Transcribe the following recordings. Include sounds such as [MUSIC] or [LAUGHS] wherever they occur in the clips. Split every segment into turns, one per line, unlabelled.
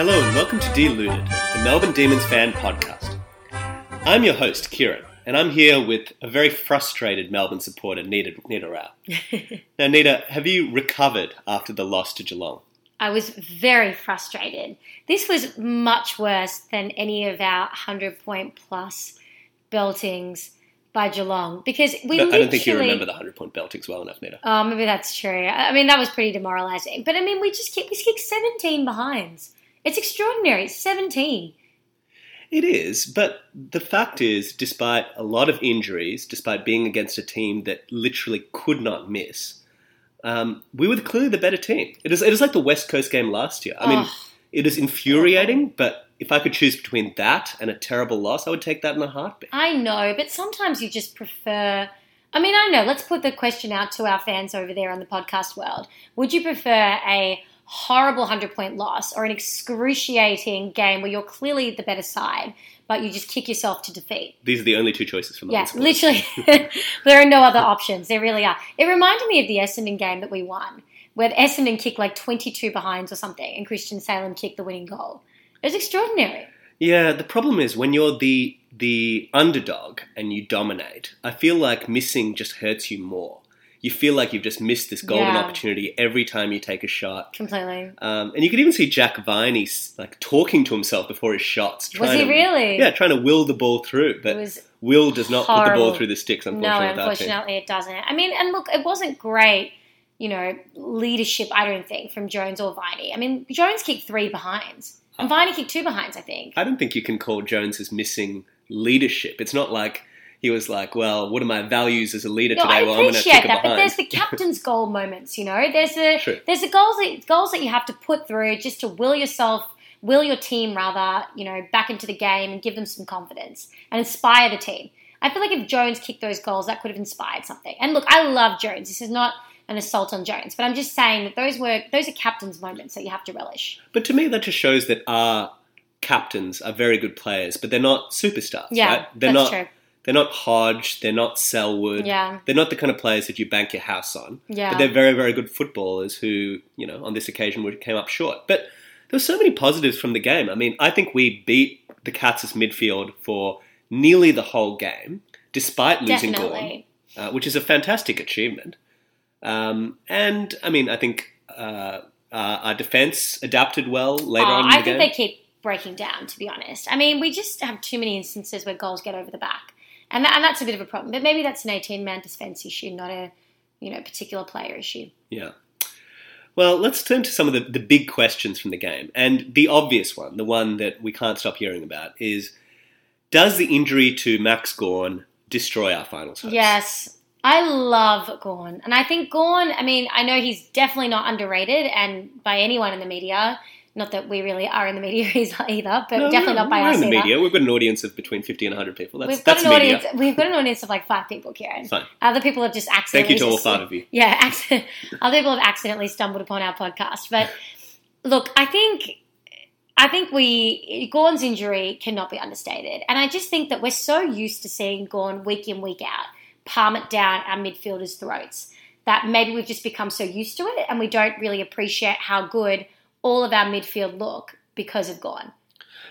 Hello and welcome to Deluded, the Melbourne Demons fan podcast. I'm your host, Kieran, and I'm here with a very frustrated Melbourne supporter, Nita, Nita Rao. now, Nita, have you recovered after the loss to Geelong?
I was very frustrated. This was much worse than any of our 100 point plus beltings by Geelong because we
No,
literally.
I don't think you remember the 100 point beltings well enough, Nita.
Oh, maybe that's true. I I mean, that was pretty demoralising. But I mean, we just kicked, we kicked 17 behinds. It's extraordinary. It's 17.
It is, but the fact is, despite a lot of injuries, despite being against a team that literally could not miss, um, we were clearly the better team. It is, it is like the West Coast game last year. I mean,
Ugh.
it is infuriating, but if I could choose between that and a terrible loss, I would take that in a heartbeat.
I know, but sometimes you just prefer. I mean, I don't know. Let's put the question out to our fans over there on the podcast world. Would you prefer a horrible 100 point loss or an excruciating game where you're clearly the better side, but you just kick yourself to defeat?
These are the only two choices from
Yeah,
Melbourne Sports.
literally, [LAUGHS] there are no other options. There really are. It reminded me of the Essendon game that we won, where Essendon kicked like 22 behinds or something, and Christian Salem kicked the winning goal. It was extraordinary.
Yeah, the problem is when you're the the underdog and you dominate, I feel like missing just hurts you more. You feel like you've just missed this golden
Yeah.
opportunity every time you take a shot.
Completely.
Um, and you could even see Jack Viney s- like talking to himself before his shots.
Was he
to,
really?
Yeah, trying to will the ball through,
It
but
was
will does not put the ball
horrible.
through the sticks.
No,
Unfortunately, with our team.
unfortunately, it doesn't. I mean, and look, it wasn't great, you know, leadership, I don't think, from Jones or Viney. I mean, Jones kicked three behinds, and Viney kicked two behinds, I think.
I don't think you can call Jones as missing leadership. It's not like he was like, "Well, what are my values as a leader
No,
today?"
I
well, I'm going to
appreciate
kick it
that, but
behind.
there's the
[LAUGHS]
captain's goal moments, you know. There's the
True.
there's the goals that goals that you have to put through just to will yourself, will your team rather, you know, back into the game and give them some confidence and inspire the team. I feel like if Jones kicked those goals, that could have inspired something. And look, I love Jones. This is not an assault on Jones, but I'm just saying that those were those are captain's moments that you have to relish.
But to me, that just shows that our captains are very good players, but they're not superstars.
Yeah,
right? they're not.
that's true.
They're not Hodge. They're not Selwood.
Yeah,
They're not the kind of players that you bank your house on.
yeah.
But they're very, very good footballers who, you know, on this occasion were- came up short. But there were so many positives from the game. I mean, I think we beat the Cats' midfield for nearly the whole game, despite losing Gorn.
Definitely.
uh, which is a fantastic achievement. Um, and I mean, I think uh, uh, our defense adapted well later
Oh,
on in the
I think
game.
they keep breaking down, to be honest. I mean, we just have too many instances where goals get over the back, and, that, and that's a bit of a problem. But maybe that's an 18 man defence issue, not a you know particular player issue.
Yeah. Well, let's turn to some of the, the big questions from the game. And the obvious one, the one that we can't stop hearing about, is does the injury to Max Gorn destroy our finals hopes?
Yes, I love Gorn, and I think Gorn. I mean, I know he's definitely not underrated, and by anyone in the media. Not that we really are in the media [LAUGHS] either, but
No,
definitely
no,
not by
we're
us
in the
either.
media. We've got an audience of between 50 and 100 people. That's,
We've got
that's
an
media.
audience. We've got an audience of like five people, Karen.
Fine.
Other people have just
Thank
accidentally.
you to all
just-
five of you.
Yeah, [LAUGHS] accident, other people have accidentally stumbled upon our podcast. But look, I think I think we Gorn's injury cannot be understated, and I just think that we're so used to seeing Gorn week in week out palm it down our midfielders' throats that maybe we've just become so used to it, and we don't really appreciate how good all of our midfield look because of Gorn.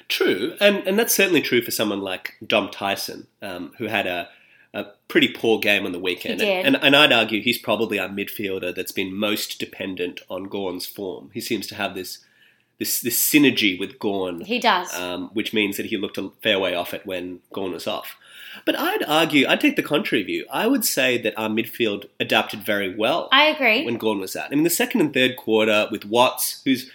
True, and and that's certainly true for someone like Dom Tyson, um, who had a, a pretty poor game on the weekend.
He did.
And, and I'd argue he's probably our midfielder that's been most dependent on Gorn's form. He seems to have this this this synergy with Gorn,
He does.
um, which means that he looked a fair way off it when Gorn was off. But I'd argue, I'd take the contrary view. I would say that our midfield adapted very well
I agree.
when Gorn was out. I mean, the second and third quarter with Watts, who's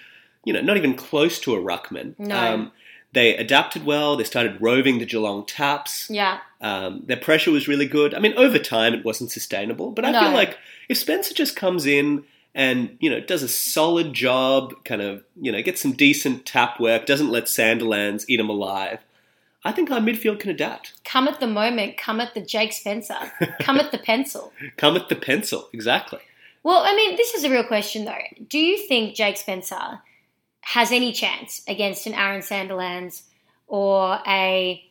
you know not even close to a ruckman. um,
No.
they adapted well. They started roving the Geelong taps.
yeah.
Um, their pressure was really good. I mean, over time it wasn't sustainable, but I
No.
feel like if Spencer just comes in and you know does a solid job, kind of you know gets some decent tap work, doesn't let Sanderlands eat him alive. I think our midfield can adapt.
Come at the moment, come at the Jake Spencer, come at the pencil.
Come with the pencil, exactly.
Well, I mean, this is a real question though. Do you think Jake Spencer has any chance against an Aaron Sanderlands or a,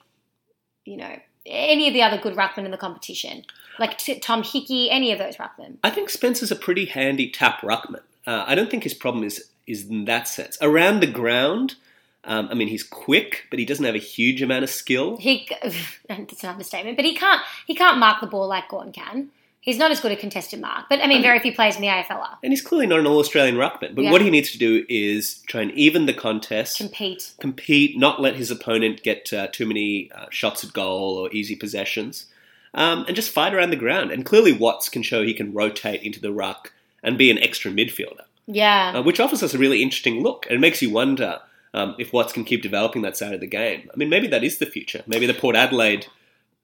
you know, any of the other good ruckmen in the competition? Like t- Tom Hickey, any of those ruckmen?
I think Spencer's a pretty handy tap ruckman. Uh, I don't think his problem is is in that sense around the ground. Um, I mean, he's quick, but he doesn't have a huge amount of skill.
He [LAUGHS] that's an understatement, but he can't he can't mark the ball like Gordon can. He's not as good a contested mark, but I mean, very few players in the AFL are
And he's clearly not an all Australian ruckman. But
Yeah.
what he needs to do is try and even the contest,
compete.
compete, not let his opponent get uh, too many uh, shots at goal or easy possessions, um, and just fight around the ground. And clearly, Watts can show he can rotate into the ruck and be an extra midfielder,
Yeah,
uh, which offers us a really interesting look. And it makes you wonder um, if Watts can keep developing that side of the game. I mean, maybe that is the future. Maybe the Port Adelaide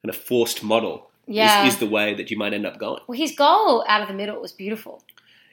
kind of forced model
yeah.
is, is the way that you might end up going.
well, his goal out of the middle was beautiful.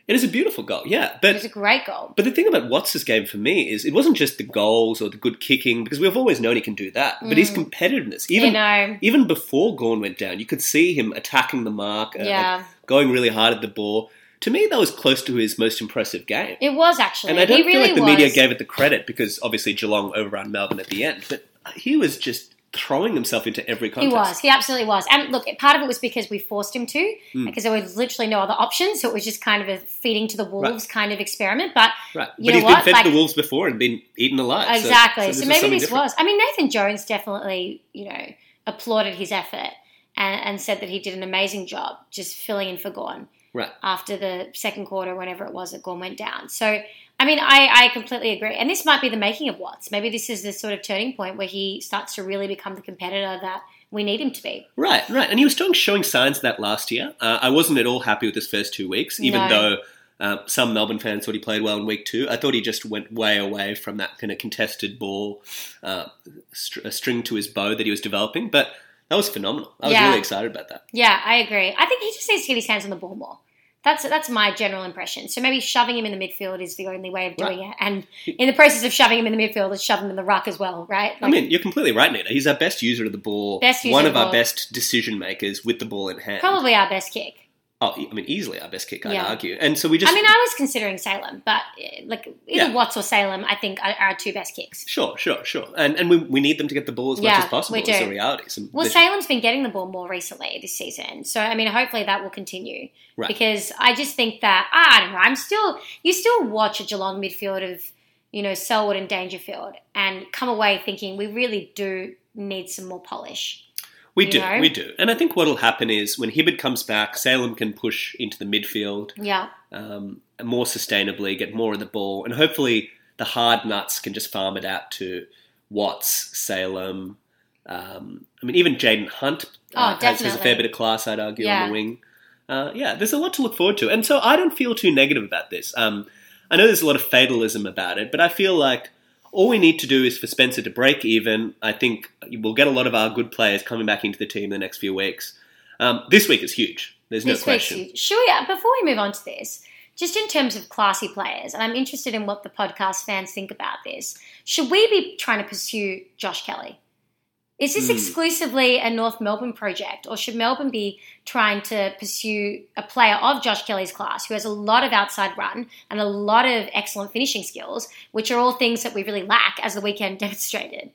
It is a beautiful goal, yeah,
It
but
was a great goal.
But the thing about Watts' game for me is it wasn't just the goals or the good kicking because we've always known he can do that. But his
Mm.
competitiveness,
you
even
know,
even before Gorn went down, you could see him attacking the mark, uh,
yeah,
going really hard at the ball. To me, that was close to his most impressive game.
it was actually.
And I don't
he
feel
really
like the
was.
media gave it the credit because obviously Geelong overran Melbourne at the end. But he was just throwing himself into every
He
contest.
was. He absolutely was. And look, part of it was because we forced him to,
Hmm.
because there was literally no other option. So it was just kind of a feeding to the wolves kind of experiment. But
Right.
You
but
know
he's been
what?
fed
Like-
to the Wolves before and been eaten alive. So-
exactly. So,
is
maybe
something
this
different.
was. I mean, Nathan Jones definitely, you know, applauded his effort and, and said that he did an amazing job just filling in for Gorn
Right.
after the second quarter, whenever it was that Gorn went down. So, I mean, I, I completely agree. And this might be the making of Watts. Maybe this is the sort of turning point where he starts to really become the competitor that we need him to be.
Right, right. And he was showing, showing signs of that last year. Uh, I wasn't at all happy with his first two weeks, even
No.
though uh, some Melbourne fans thought he played well in week two. I thought he just went way away from that kind of contested ball, uh, str- a string to his bow that he was developing. But that was phenomenal. I was
Yeah.
really excited about that.
Yeah, I agree. I think he just needs to get his hands on the ball more. That's that's my general impression. So maybe shoving him in the midfield is the only way of doing it. And in the process of shoving him in the midfield, let's shove him in the ruck as well, right?
I mean, you're completely right, Nina. He's our best user of the ball,
Best user
one
of
of
the
our
ball.
best decision makers with the ball in hand.
probably our best kick.
Oh, e- I mean, easily our best kick, I'd
Yeah.
argue. And so we just.
I mean, I was considering Salem, but eh, like either
Yeah.
Watts or Salem, I think are, are our two best kicks.
Sure, sure, sure. And, and we, we need them to get the ball as
Yeah,
much as possible.
we
It's
do.
a reality. So
Well,
there's-
Salem's been getting the ball more recently this season, so I mean, hopefully that will continue.
Right.
Because I just think that ah, I don't know. I'm still you still watch a Geelong midfield of you know Selwood and Dangerfield, and come away thinking we really do need some more polish.
We
you
do,
know?
we do. And I think what'll happen is when Hibbard comes back, Salem can push into the midfield
Yeah,
um, more sustainably, get more of the ball, and hopefully the hard nuts can just farm it out to Watts, Salem. Um, I mean, even Jaden Hunt uh,
Oh,
has, has a fair
definitely.
bit of class, I'd argue, on
Yeah.
the wing. Uh, yeah, there's a lot to look forward to. And so I don't feel too negative about this. Um, I know there's a lot of fatalism about it, but I feel like all we need to do is for Spencer to break even. I think we'll get a lot of our good players coming back into the team in the next few weeks. Um, this week is huge. There's no
this week's
question.
huge. Should we, uh, before we move on to this, just in terms of classy players, and I'm interested in what the podcast fans think about this, should we be trying to pursue Josh Kelly? Is this
Hmm.
exclusively a North Melbourne project, or should Melbourne be trying to pursue a player of Josh Kelly's class who has a lot of outside run and a lot of excellent finishing skills, which are all things that we really lack, as the weekend [LAUGHS] demonstrated?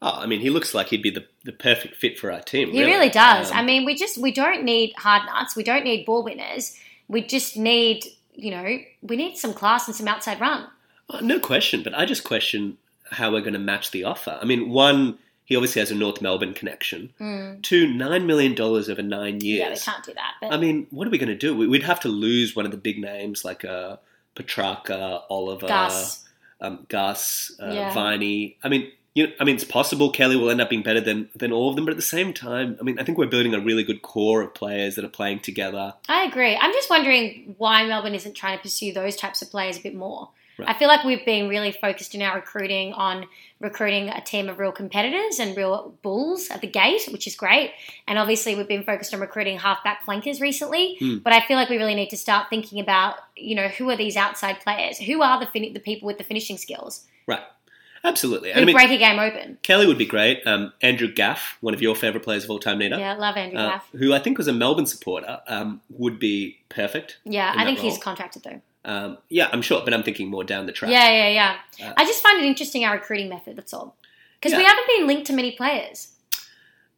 Oh, I mean, he looks like he'd be the, the perfect fit for our team.
He really does.
Um,
I mean, we just we don't need hard nuts. We don't need ball winners. We just need you know we need some class and some outside run.
oh, no question. But I just question how we're going to match the offer. I mean, one, he obviously has a North Melbourne connection.
Mm.
Two, nine million dollars over nine
Yeah, we
years.
can't do that. But
I mean, what are we going to do? We- We'd have to lose one of the big names like uh, Petrarca,
uh,
Oliver,
Gus,
um, Gus, uh,
Yeah.
Viney. I mean, you know, I mean, it's possible Kelly will end up being better than than all of them. But at the same time, I mean, I think we're building a really good core of players that are playing together.
I agree. I'm just wondering why Melbourne isn't trying to pursue those types of players a bit more.
Right.
I feel like we've been really focused in our recruiting on recruiting a team of real competitors and real bulls at the gate, which is great. And obviously, we've been focused on recruiting halfback flankers recently.
Hmm.
But I feel like we really need to start thinking about, you know, who are these outside players? Who are the fin- the people with the finishing skills
Right. Absolutely.
who
And I mean,
break a game open?
Kelly would be great. Um, Andrew Gaff, one of your favourite players of all time, Nina,
Yeah, love Andrew
uh,
Gaff.
who I think was a Melbourne supporter, um, would be perfect.
Yeah,
in
I
that
think he's
role.
contracted though.
Um, yeah, I'm sure, but I'm thinking more down the track.
Yeah, yeah, yeah.
Uh,
I just find it interesting our recruiting method. That's all. Because we
Yeah.
haven't been linked to many players.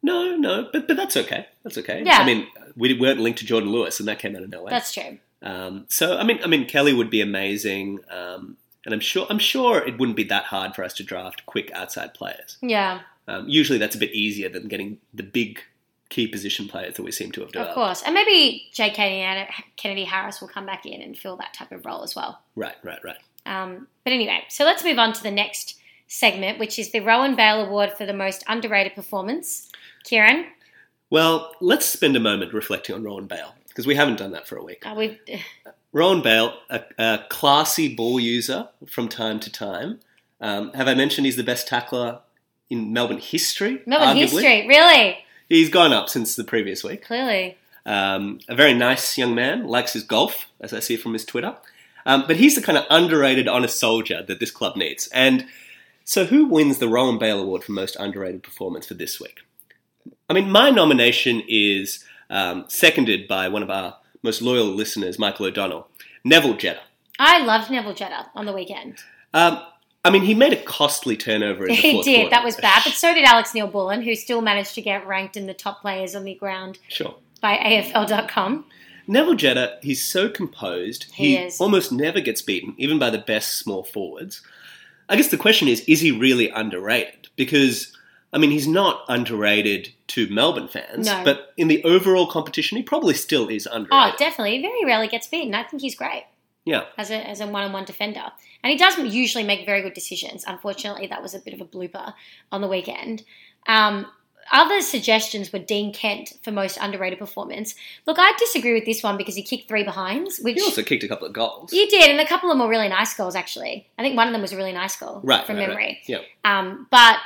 No, no, but but that's okay. That's okay.
Yeah.
I mean, we weren't linked to Jordan Lewis, and that came out of nowhere.
That's true.
Um, so I mean, I mean, Kelly would be amazing. Um, And I'm sure I'm sure it wouldn't be that hard for us to draft quick outside players.
Yeah,
Um, usually that's a bit easier than getting the big key position players that we seem to have
of
developed.
course. And maybe Jay Kennedy, Kennedy Harris will come back in and fill that type of role as well.
Right, right, right.
Um, but anyway, so let's move on to the next segment, which is the Rowan Bale Award for the most underrated performance. Kieran,
Well, let's spend a moment reflecting on Rowan Bale because we haven't done that for a week.
uh, we
Rowan Bale, a, a classy ball user from time to time. Um, have I mentioned he's the best tackler in Melbourne history?
[LAUGHS] Melbourne
arguably?
history, really,
He's gone up since the previous week.
clearly.
Um, a very nice young man, likes his golf, as I see from his Twitter. Um, but he's the kind of underrated, honest soldier that this club needs. And so, who wins the Rowan Bale Award for most underrated performance for this week? I mean, my nomination is um, seconded by one of our most loyal listeners, Michael O'Donnell, Neville Jetta.
I loved Neville Jetta on the weekend.
Um, I mean, he made a costly turnover in the
[LAUGHS] He
fourth
did.
quarter.
That was bad. But so did Alex Neil Bullen, who still managed to get ranked in the top players on the ground
Sure.
by AFL.com.
Neville Jetta, he's so composed.
He is.
almost never gets beaten, even by the best small forwards. I guess the question is, is he really underrated? Because, I mean, he's not underrated to Melbourne fans,
No.
but in the overall competition, he probably still is
Oh,
underrated.
definitely. He very rarely gets beaten. I think he's great
yeah.
as a, as a one-on-one defender. And he does usually make very good decisions. Unfortunately, that was a bit of a blooper on the weekend. Um, other suggestions were Dean Kent for most underrated performance. Look, I disagree with this one because he kicked three behinds, which
He also kicked a couple of goals.
he did, and a couple of them were really nice goals, actually. I think one of them was a really nice goal
Right,
from
right,
memory.
right. Yeah.
Um, but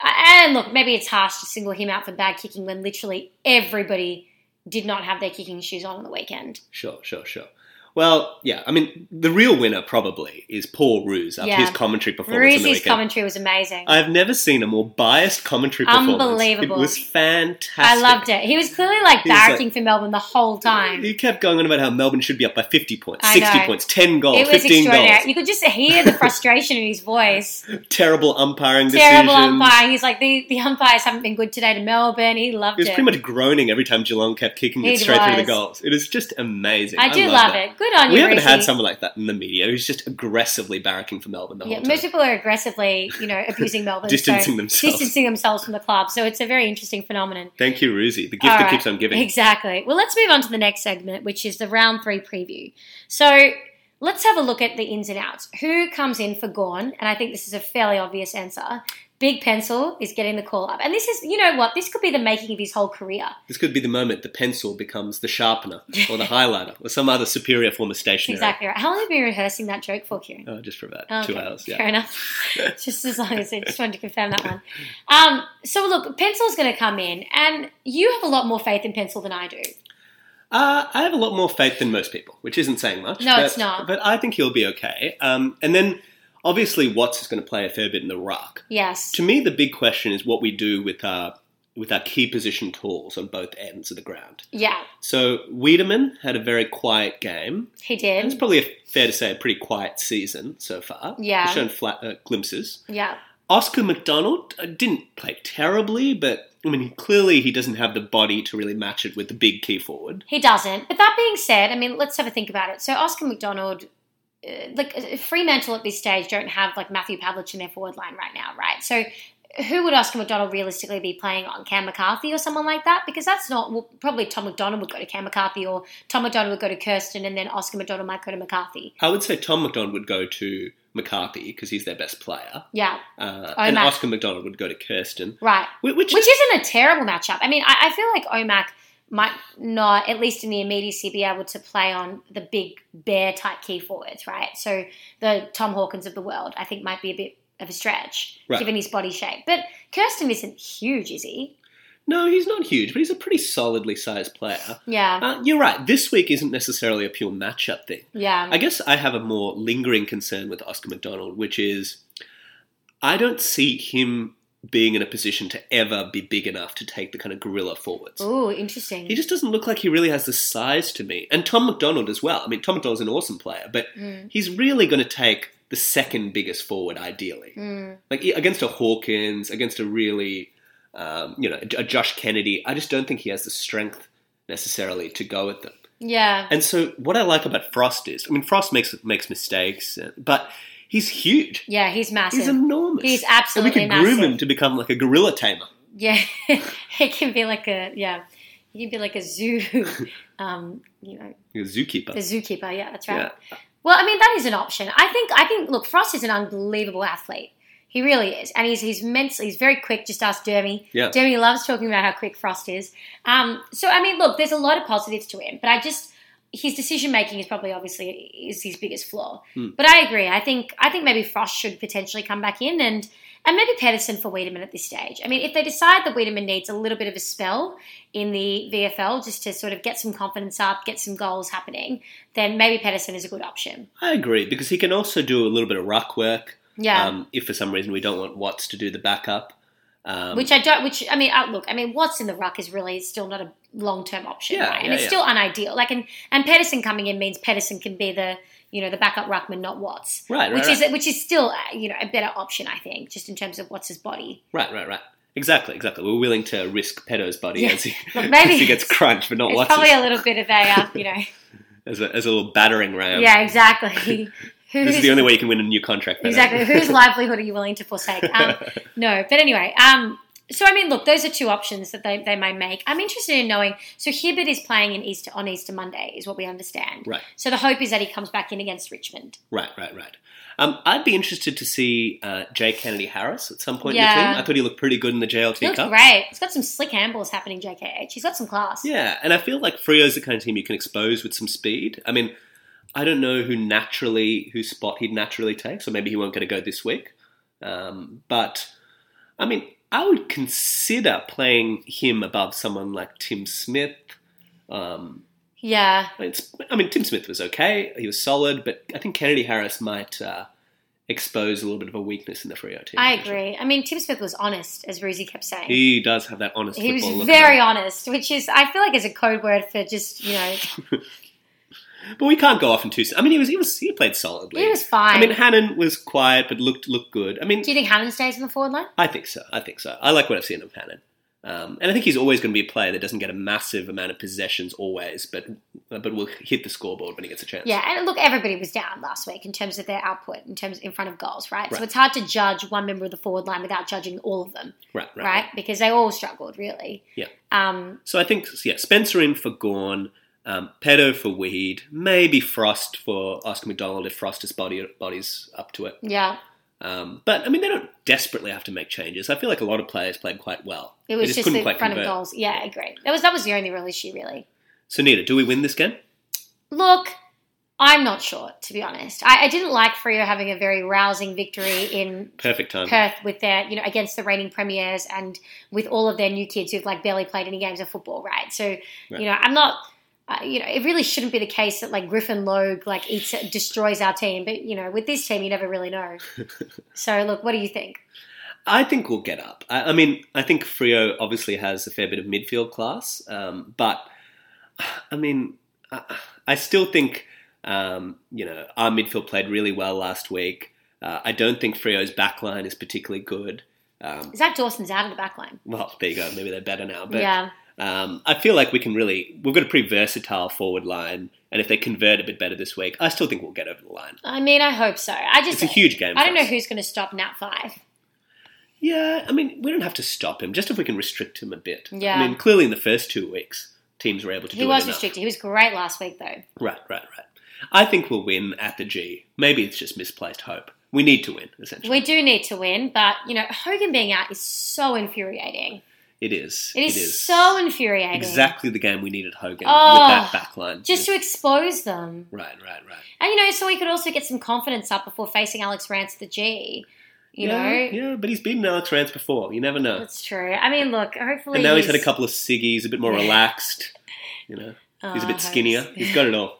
and look, maybe it's harsh to single him out for bad kicking when literally everybody did not have their kicking shoes on on the weekend.
Sure, sure, sure. Well, yeah, I mean, the real winner probably is Paul Ruse after
Yeah.
his commentary performance on the
Ruzi's
weekend.
commentary was amazing. I,
I've never seen a more biased commentary performance.
Unbelievable.
It was fantastic.
loved it. He was clearly like
He was like-
barracking for Melbourne the whole time.
He kept going on about how Melbourne should be up by 50 points,
I
60
know.
points, 10 goals,
It was
15
extraordinary.
goals.
You could just hear the frustration in
[LAUGHS]
his voice.
Terrible umpiring
Terrible
decisions.
umpire. He's like, the, the umpires haven't been good today to Melbourne. He loved
He was
it.
pretty much groaning every time Geelong kept kicking
He
it straight through the
was.
goals. It is just amazing.
I do
love,
love
that.
it. Good on
We
you,
haven't
Ruzi.
had someone like that in the media who's just aggressively barracking for Melbourne the whole
Yeah,
time.
most people are aggressively, you know,
[LAUGHS]
abusing Melbourne, so-
Distancing themselves.
distancing themselves from the club. So it's a very interesting phenomenon.
Thank you, Ruzi. The gift
All
that
right.
keeps on giving.
Exactly. Well, let's move on to the next segment, which is the round three preview. So let's have a look at the ins and outs. Who comes in for Gorn? And I think this is a fairly obvious answer. Big Pencil is getting the call up, and this is, you know, what this could be the making of his whole career.
This could be the moment the pencil becomes the sharpener or
[LAUGHS]
the highlighter or some other superior form of stationery.
Exactly right. How long have you been rehearsing that joke for, Kieran?
Oh, just for about
Okay,
two hours. Yeah.
Fair enough.
[LAUGHS]
just as long as I just wanted to confirm that one. Um, so look, Pencil's going to come in, and you have a lot more faith in Pencil than I do.
Uh, I have a lot more faith than most people, which isn't saying much.
No,
but,
it's not.
But I think he'll be okay. Um, and then, obviously, Watts is going to play a fair bit in the ruck.
Yes.
To me, the big question is what we do with our with our key position tools on both ends of the ground.
Yeah,
So Wiedemann had a very quiet game.
he
And it's
did.
probably a, fair to say a pretty quiet season so far.
Yeah.
He's shown flat, uh, glimpses.
Yeah,
Oscar McDonald uh, didn't play terribly, but I mean, clearly he doesn't have the body to really match it with the big key forward.
he doesn't. But that being said, I mean, let's have a think about it. So Oscar McDonald, uh, like uh, Fremantle at this stage, don't have like Matthew Pavlich in their forward line right now, right? So. Who would Oscar McDonald realistically be playing on Cam McCarthy or someone like that? Because that's not well, probably Tom McDonald would go to Cam McCarthy or Tom McDonald would go to Kirsten and then Oscar McDonald might go to McCarthy.
I would say Tom McDonald would go to McCarthy because he's their best player,
Yeah,
uh,
Oh,
and
Matt.
Oscar McDonald would go to Kirsten,
right.
whi- which,
Which isn't a terrible matchup. I mean, I, I feel like Omac might not, at least in the immediacy, be able to play on the big bear type key forwards, right? So the Tom Hawkins of the world, I think, might be a bit of a stretch
Right.
given his body shape. But Kirsten isn't huge, is he?
no, he's not huge, but he's a pretty solidly sized player.
Yeah,
Uh, you're right. This week isn't necessarily a pure matchup thing.
yeah,
I guess I have a more lingering concern with Oscar McDonald, which is I don't see him being in a position to ever be big enough to take the kind of gorilla forwards.
Ooh, interesting.
He just doesn't look like he really has the size to me. And Tom McDonald as well. I mean, Tom McDonald's an awesome player, but
Mm,
he's really going to take the second biggest forward ideally.
mm.
Like e- against a Hawkins, against a really, um, you know, a a Josh Kennedy. I just don't think he has the strength necessarily to go at them.
Yeah,
And so what I like about Frost is, I mean, Frost makes makes mistakes, uh, but He's huge.
Yeah, he's massive.
He's enormous.
He's absolutely
And we could groom
massive.
him to become like a gorilla tamer.
[LAUGHS] Yeah, it can be like a yeah, it can be like a zoo, [LAUGHS] um, you know,
A
a
zookeeper.
zookeeper. Yeah, that's right.
Yeah.
Well, I mean that is an option. I think I think look, Frost is an unbelievable athlete. He really is, and he's he's mentally he's very quick. Just ask Jeremy.
Yeah.
Jeremy loves talking about how quick Frost is. Um, so I mean, look, there's a lot of positives to him, but I just his decision making is probably obviously is his biggest flaw.
Hmm.
But I agree. I think I think maybe Frost should potentially come back in and and maybe Pedersen for Wiedemann at this stage. I mean, if they decide that Wiedemann needs a little bit of a spell in the VFL just to sort of get some confidence up, get some goals happening, then maybe Pedersen is a good option.
I agree because he can also do a little bit of ruck work.
Yeah.
Um, if for some reason we don't want Watts to do the backup, um,
which I don't. Which I mean, uh, look, I mean, Watts in the ruck is really still not a long term option,
Yeah,
right? And
yeah,
it's
yeah.
still unideal. Like, and and Pedersen coming in means Pedersen can be the you know the backup ruckman, not Watts,
right, right,
which
right.
is which is still uh, you know a better option, I think, just in terms of Watts's body.
right, right, right. Exactly, exactly. We're willing to risk Pedo's body
Yeah.
as, he,
Look,
[LAUGHS]
maybe
as he gets crunched, but not
it's
Watts
probably a little bit of a uh,
[LAUGHS]
you know,
as, a, as a little battering ram.
yeah, exactly. [LAUGHS] Who's
This is the only way you can win a new contract. Pedo. [LAUGHS]
exactly whose livelihood are you willing to forsake? Um, no, but anyway, um, so I mean, look, those are two options that they, they may make. I'm interested in knowing. So Hibbert is playing in Easter on Easter Monday, is what we understand.
Right.
So the hope is that he comes back in against Richmond.
Right, right, right. Um, I'd be interested to see uh, Jay Kennedy Harris at some point in
Yeah.
the team. I thought he looked pretty good in the JLT
He looks
Cup.
great. He's got some slick handballs happening. JKH. He's got some class.
Yeah, and I feel like Frio's the kind of team you can expose with some speed. I mean, I don't know who naturally whose spot he'd naturally take, so maybe he won't get a go this week. Um, but I mean, I would consider playing him above someone like Tim Smith. Um,
Yeah.
it's, I mean, Tim Smith was okay; he was solid, but I think Kennedy Harris might uh, expose a little bit of a weakness in the Frio team.
I agree. I mean, Tim Smith was honest, as Ruzi kept saying.
He does have that honest.
He was
football look about
very
him.
honest, which is I feel like is a code word for just you know
but we can't go off in two. I mean, he was he was he played solidly.
he was fine.
I mean, Hannon was quiet but looked looked good. I mean,
Do you think Hannon stays in the forward line?
I think so. I think so. I like what I've seen of Hannon. Um, and I think he's always going to be a player that doesn't get a massive amount of possessions always, but but will hit the scoreboard when he gets a chance.
Yeah, and look, everybody was down last week in terms of their output, in terms in front of goals, right? So
Right.
it's hard to judge one member of the forward line without judging all of them,
Right, right,
right?
right.
Because they all struggled, really.
Yeah.
Um,
So I think yeah, Spencer in for Gorn, um, Pedo for Weed, maybe Frost for Oscar McDonald if Frost's body body's up to it.
yeah.
Um, but I mean, they don't desperately have to make changes. I feel like a lot of players played quite well.
It
They
was just,
couldn't
the
quite
front of
convert.
goals. Yeah, I agree. That was that was the only real issue, really.
So Nita, do we win this game?
Look, I'm not sure, to be honest. I, I didn't like Frio having a very rousing victory in
Perfect time.
Perth with their, you know, against the reigning premiers and with all of their new kids who've like barely played any games of football, right? So, you know, I'm not, uh, you know, it really shouldn't be the case that like Griffin Logue like eats destroys our team, but you know, with this team, you never
[LAUGHS]
really know. so, look, what do you think?
I think we'll get up. I, I mean, I think Frio obviously has a fair bit of midfield class, um, but I mean, I, I still think um, you know our midfield played really well last week. Uh, I don't think Frio's backline is particularly good. Um,
Zach Dawson's out of the back line.
well, there you go. Maybe they're better now, but
yeah,
um, I feel like we can really we've got a pretty versatile forward line, and if they convert a bit better this week, I still think we'll get over the line.
I mean, I hope so. I
It's
just,
a huge game.
I
for
don't know
us.
who's going to stop Nat Five.
Yeah, I mean, we don't have to stop him, just if we can restrict him a bit.
Yeah.
I mean, clearly in the first two weeks, teams were able to
He
do
was
it enough.
restricted. He was great last week, though.
Right, right, right. I think we'll win at the G. Maybe it's just misplaced hope. We need to win, essentially.
We do need to win, but you know, Hogan being out is so infuriating.
it is.
It is, so infuriating.
Exactly the game we needed Hogan
Oh,
with that back line.
just to expose them.
Right, right, right.
And you know, so he could also get some confidence up before facing Alex Rance the G. You
yeah,
know,
Yeah, but he's beaten Alex Rance before. You never know.
that's true. I mean, look, hopefully,
And now he's had a couple of ciggies, a bit more
Yeah.
relaxed. You
[LAUGHS]
know,
Oh,
he's a
I
bit
hope
skinnier.
so.
He's got it all.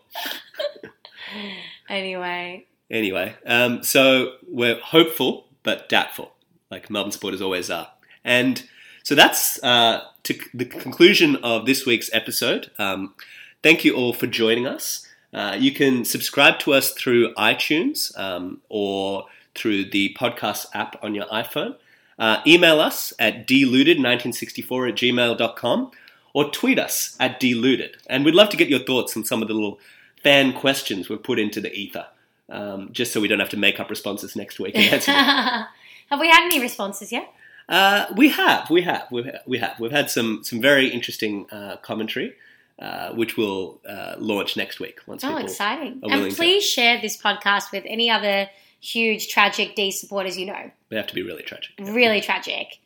[LAUGHS] anyway, [LAUGHS]
Anyway, um, so we're hopeful but doubtful, like Melbourne supporters always are. And so that's uh, to c- the conclusion of this week's episode. Um, thank you all for joining us. Uh, you can subscribe to us through iTunes um, or through the podcast app on your iPhone. Uh, email us at deluded1964 at gmail.com or tweet us at deluded. And we'd love to get your thoughts on some of the little fan questions we've put into the ether. um, just so we don't have to make up responses next week. And answer them.
Have we had any responses yet?
Uh, we have, we have, we have, we have. We've had some some very interesting uh, commentary, uh, which will uh, launch next week. Once
Oh,
people,
exciting.
are willing
And
to-
please share this podcast with any other huge, tragic D supporters you know.
they have to be really tragic.
Really tragic.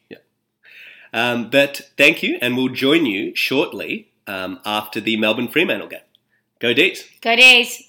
Um, but thank you, and we'll join you shortly um, after the Melbourne Fremantle game. Go Dees!
Go D's.